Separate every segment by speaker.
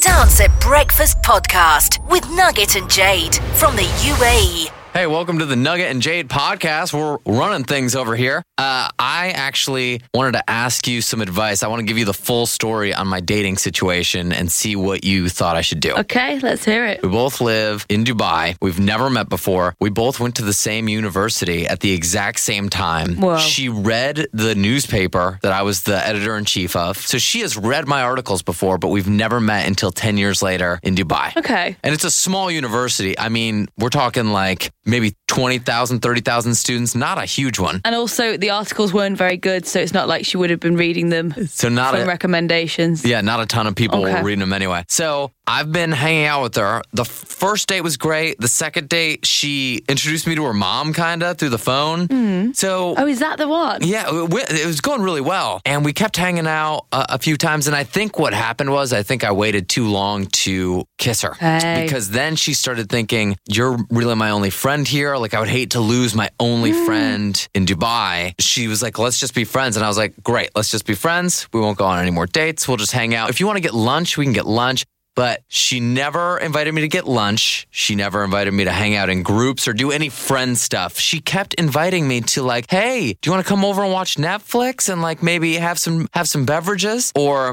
Speaker 1: Dance at Breakfast podcast with Nugget and Jade from the E. UAE.
Speaker 2: Hey, welcome to the Nugget and Jade podcast. We're running things over here. Uh, I actually wanted to ask you some advice. I want to give you the full story on my dating situation and see what you thought I should do.
Speaker 3: Okay, let's hear it.
Speaker 2: We both live in Dubai. We've never met before. We both went to the same university at the exact same time.
Speaker 3: Whoa.
Speaker 2: She read the newspaper that I was the editor in chief of. So she has read my articles before, but we've never met until 10 years later in Dubai.
Speaker 3: Okay.
Speaker 2: And it's a small university. I mean, we're talking like maybe 20,000, 30,000 students, not a huge one.
Speaker 3: And also, the articles weren't very good, so it's not like she would have been reading them
Speaker 2: So not
Speaker 3: from
Speaker 2: a,
Speaker 3: recommendations.
Speaker 2: yeah, not a ton of people
Speaker 3: Okay.
Speaker 2: were reading them anyway. So I've been hanging out with her. The first date was great. The second date, she introduced me to her mom kind of through the phone. So
Speaker 3: Oh, is that the one?
Speaker 2: yeah, it w- it was going really well. And we kept hanging out a, a few times. And I think what happened was, I think I waited too long to kiss her.
Speaker 3: Hey.
Speaker 2: Because then she started thinking, You're really my only friend here. Like, I would hate to lose my only friend in Dubai. She was like, Let's just be friends. And I was like, Great, let's just be friends. We won't go on any more dates. We'll just hang out. If you want to get lunch, we can get lunch. But she never invited me to get lunch. She never invited me to hang out in groups or do any friend stuff. She kept inviting me to like, "Hey, do you want to come over and watch Netflix and like maybe have some have some beverages or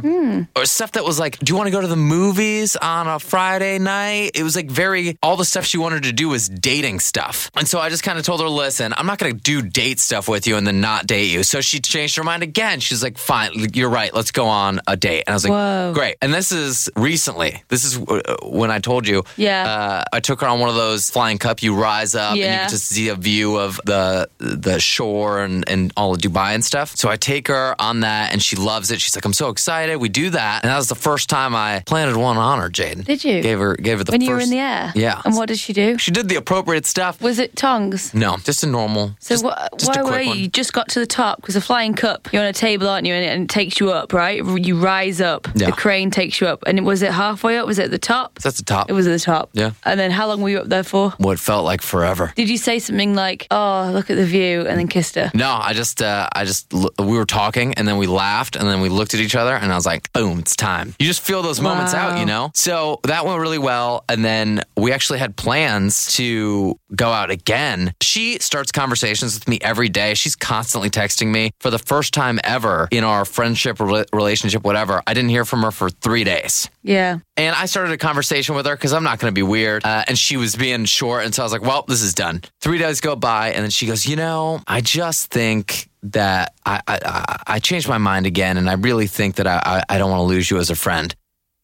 Speaker 2: or stuff that was like, do you want to go to the movies on a Friday night?" It was like very all the stuff she wanted to do was dating stuff. And so I just kind of told her, "Listen, I'm not going to do date stuff with you and then not date you." So she changed her mind again. She's like, "Fine, you're right. Let's go on a date." And I was like,
Speaker 3: Whoa.
Speaker 2: "Great." And this is recently. This is uh, when I told you.
Speaker 3: Yeah.
Speaker 2: Uh, I took her on one of those flying cup. You rise up and you
Speaker 3: Yeah.
Speaker 2: can just see a view of the the shore and, and all of Dubai and stuff. So I take her on that and she loves it. She's like, I'm so excited. We do that. And that was the first time I planted one on her, Jaden.
Speaker 3: Did you?
Speaker 2: Gave her gave her the
Speaker 3: when
Speaker 2: first,
Speaker 3: you were in the air?
Speaker 2: Yeah.
Speaker 3: And what did she do?
Speaker 2: She did the appropriate stuff.
Speaker 3: Was it tongs?
Speaker 2: No, just a normal.
Speaker 3: So
Speaker 2: just,
Speaker 3: wh-
Speaker 2: just
Speaker 3: why
Speaker 2: a
Speaker 3: were
Speaker 2: quick
Speaker 3: you?
Speaker 2: one.
Speaker 3: You just got to the top because a flying cup. You're on a table, aren't you? And it, and it takes you up, right? You rise up.
Speaker 2: Yeah.
Speaker 3: The crane takes you up. And it- was it halfway up? Was it at the top?
Speaker 2: That's the top.
Speaker 3: It was at the top.
Speaker 2: Yeah.
Speaker 3: And then how long were you up there for?
Speaker 2: what felt like forever.
Speaker 3: Did you say something like, "Oh, look at the view," and then kissed her?
Speaker 2: No, I just, uh, I just, l- we were talking and then we laughed and then we looked at each other and I was like, boom, it's time. You just feel those moments out, you know? So that went really well. And then we actually had plans to go out again. She starts conversations with me every day. She's constantly texting me for the first time ever in our friendship, rela- relationship, whatever. I didn't hear from her for three days.
Speaker 3: Yeah.
Speaker 2: And I started a conversation with her because I'm not going to be weird. Uh, and she was being short. And so I was like, well, this is done. Three days go by. And then she goes, you know, I just think that I, I, I, I changed my mind again. And I really think that I, I, I don't want to lose you as a friend.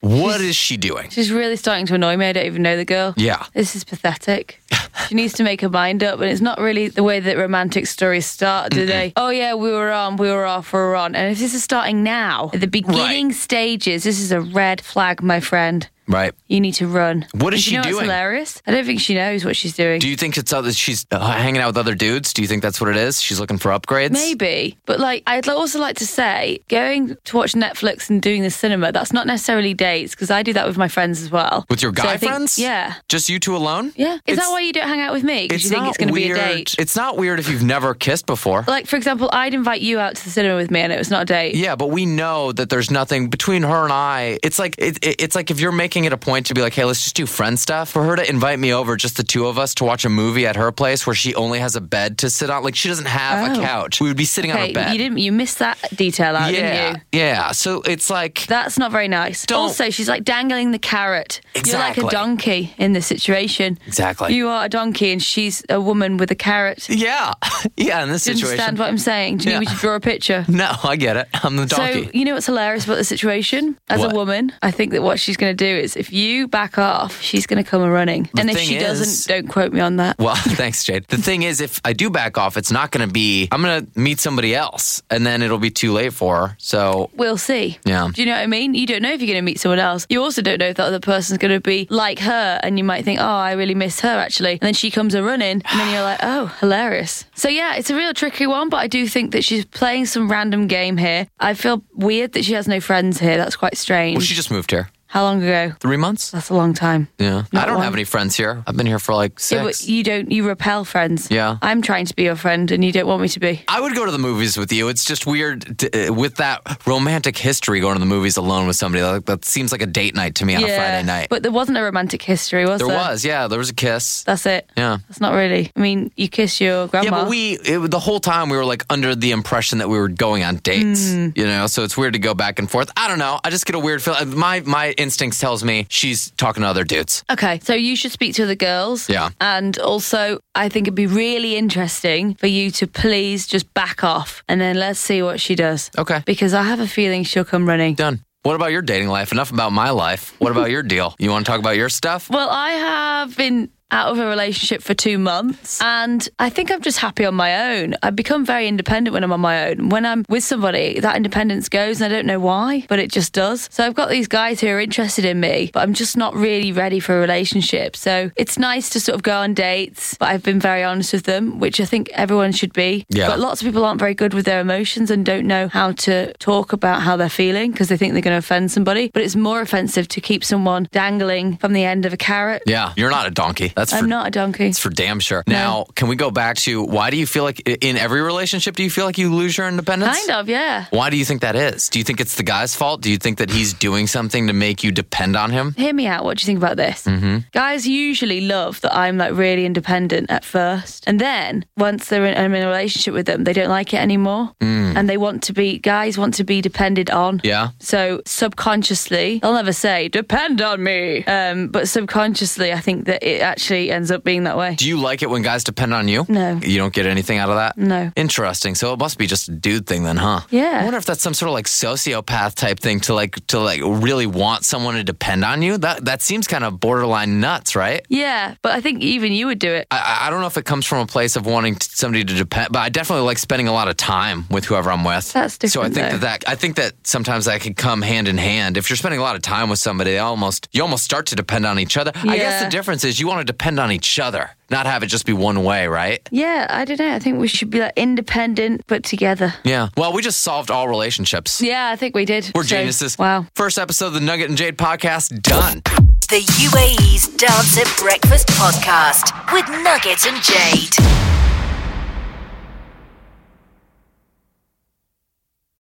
Speaker 2: What is she doing?
Speaker 3: She's really starting to annoy me. I don't even know the girl.
Speaker 2: Yeah.
Speaker 3: This is pathetic. she needs to make her mind up, and it's not really the way that romantic stories start, do they? Oh yeah, we were on, we were off, we were on. And if this is starting now, at the beginning stages, this is a red flag, my friend.
Speaker 2: Right.
Speaker 3: You need to run.
Speaker 2: What is
Speaker 3: And
Speaker 2: she
Speaker 3: you know
Speaker 2: doing?
Speaker 3: What's hilarious. I don't think she knows what she's doing.
Speaker 2: Do you think it's other, she's uh, hanging out with other dudes? Do you think that's what it is? She's looking for upgrades?
Speaker 3: Maybe, but like I'd also like to say, going to watch Netflix and doing the cinema, that's not necessarily dates because I do that with my friends as well.
Speaker 2: With your
Speaker 3: So I
Speaker 2: guy
Speaker 3: think-
Speaker 2: friends?
Speaker 3: Yeah,
Speaker 2: Just you two alone?
Speaker 3: yeah. Is
Speaker 2: It's-
Speaker 3: that why you don't hang out with me? Because you think
Speaker 2: not
Speaker 3: it's going to be a
Speaker 2: weird-
Speaker 3: date?
Speaker 2: It's not weird if you've never kissed before.
Speaker 3: like for example, I'd invite you out to the cinema with me, and it was not a date.
Speaker 2: Yeah, but we know that there's nothing between her and I. It's like it, it- it's like if you're making it a point to be like, hey, let's just do friend stuff. For her to invite me over, just the two of us, to watch a movie at her place where she only has a bed to sit on, like she doesn't have
Speaker 3: Oh.
Speaker 2: a couch. We would be sitting on
Speaker 3: Okay,
Speaker 2: a bed.
Speaker 3: you didn't. You missed that detail out,
Speaker 2: yeah,
Speaker 3: didn't you?
Speaker 2: yeah. So it's like
Speaker 3: That's not very nice.
Speaker 2: Don't-
Speaker 3: Also, she's like dangling the carrot. You're
Speaker 2: Exactly.
Speaker 3: like a donkey in this situation.
Speaker 2: Exactly.
Speaker 3: You are a donkey, and she's a woman with a carrot. Do
Speaker 2: yeah, yeah. In this
Speaker 3: you
Speaker 2: situation,
Speaker 3: understand what I'm saying? Do you
Speaker 2: Yeah.
Speaker 3: need me to draw a picture?
Speaker 2: no, I get it. I'm the donkey.
Speaker 3: So you know what's hilarious about the situation? As
Speaker 2: What?
Speaker 3: a woman, I think that what she's going to do is, if you back off, she's going to come a running. and if
Speaker 2: thing
Speaker 3: she
Speaker 2: is-
Speaker 3: doesn't, don't quote me on that.
Speaker 2: Well, thanks, Jade. The thing is, if I do back off, it's not going to be. I'm going to meet somebody else, and then it'll be too late for her. So
Speaker 3: We'll see.
Speaker 2: Yeah.
Speaker 3: Do you know what I mean? You don't know if you're going to meet someone else. You also don't know if that other person's going to be like her, and you might think, "Oh, I really miss her," actually. And then she comes a running, and then you're like, "Oh, hilarious." So yeah, it's a real tricky one, but I do think that she's playing some random game here. I feel weird that she has no friends here. That's quite strange.
Speaker 2: well, she just moved here.
Speaker 3: How long ago?
Speaker 2: Three months?
Speaker 3: That's a long time.
Speaker 2: Yeah.
Speaker 3: Not
Speaker 2: I don't
Speaker 3: one.
Speaker 2: have any friends here. I've been here for like six.
Speaker 3: Yeah, but you don't. You repel friends.
Speaker 2: Yeah.
Speaker 3: I'm trying to be your friend, and you don't want me to be.
Speaker 2: I would go to the movies with you. It's just weird to, uh, with that romantic history going to the movies alone with somebody. Like, that seems like a date night to me on a Friday night.
Speaker 3: But there wasn't a romantic history, was
Speaker 2: there
Speaker 3: there?
Speaker 2: was, yeah, there was a kiss.
Speaker 3: That's it.
Speaker 2: Yeah.
Speaker 3: That's not really. I mean, you kiss your grandma.
Speaker 2: yeah, but we it, the whole time we were like under the impression that we were going on dates,
Speaker 3: Mm.
Speaker 2: you know. So it's weird to go back and forth. I don't know. I just get a weird feel. uh, My my instincts tells me she's talking to other dudes.
Speaker 3: Okay, so you should speak to the girls.
Speaker 2: Yeah.
Speaker 3: And also, I think it'd be really interesting for you to please just back off and then let's see what she does.
Speaker 2: Okay,
Speaker 3: Because I have a feeling she'll come running.
Speaker 2: done. What about your dating life? Enough about my life. What about your deal? You want to talk about your stuff?
Speaker 3: Well, I have been out of a relationship for two months and I think I'm just happy on my own. I've become very independent when I'm on my own. When I'm with somebody, that independence goes and I don't know why, but it just does. So I've got these guys who are interested in me, but I'm just not really ready for a relationship. So it's nice to sort of go on dates, but I've been very honest with them, which I think everyone should be.
Speaker 2: Yeah.
Speaker 3: But lots of people aren't very good with their emotions and don't know how to talk about how they're feeling because they think they're going to offend somebody. But it's more offensive to keep someone dangling from the end of a carrot.
Speaker 2: Yeah, you're not a donkey. That's for
Speaker 3: I'm not a donkey.
Speaker 2: It's for damn sure. Now, can we go back to why do you feel like i- in every relationship do you feel like you lose your independence?
Speaker 3: Kind of, yeah.
Speaker 2: Why do you think that is? Do you think it's the guy's fault? Do you think that he's doing something to make you depend on him?
Speaker 3: Hear me out. What do you think about this? Mm-hmm. Guys usually love that I'm like really independent at first, and then once they're in, I'm in a relationship with them, they don't like it anymore, and they want to be. Guys want to be depended on.
Speaker 2: Mm. Yeah.
Speaker 3: So subconsciously, I'll never say depend on me, um, but subconsciously, I think that it actually ends up being that way.
Speaker 2: Do you like it when guys depend on you?
Speaker 3: No.
Speaker 2: You don't get anything out of that?
Speaker 3: No.
Speaker 2: Interesting. So it must be just a dude thing then, huh?
Speaker 3: Yeah.
Speaker 2: I wonder if that's some sort of like sociopath type thing to like to like really want someone to depend on you. That that seems kind of borderline nuts, right?
Speaker 3: Yeah, but I think even you would do it.
Speaker 2: I, I- I don't know if it comes from a place of wanting t- somebody to depend, but I definitely like spending a lot of time with whoever I'm with.
Speaker 3: That's
Speaker 2: So I
Speaker 3: different,
Speaker 2: think
Speaker 3: though.
Speaker 2: that, that I think that sometimes that could come hand in hand. If you're spending a lot of time with somebody, they almost you almost start to depend on each other. I guess the
Speaker 3: Yeah.
Speaker 2: difference is you want to depend on each other, not have it just be one way, right?
Speaker 3: Yeah, I don't know. I think we should be like independent but together.
Speaker 2: Yeah. Well, we just solved all relationships.
Speaker 3: Yeah, I think we did.
Speaker 2: We're
Speaker 3: So-
Speaker 2: geniuses.
Speaker 3: Wow.
Speaker 2: First episode of the Nugget and Jade podcast done.
Speaker 1: The UAE's Dance at Breakfast podcast with Nugget and Jade.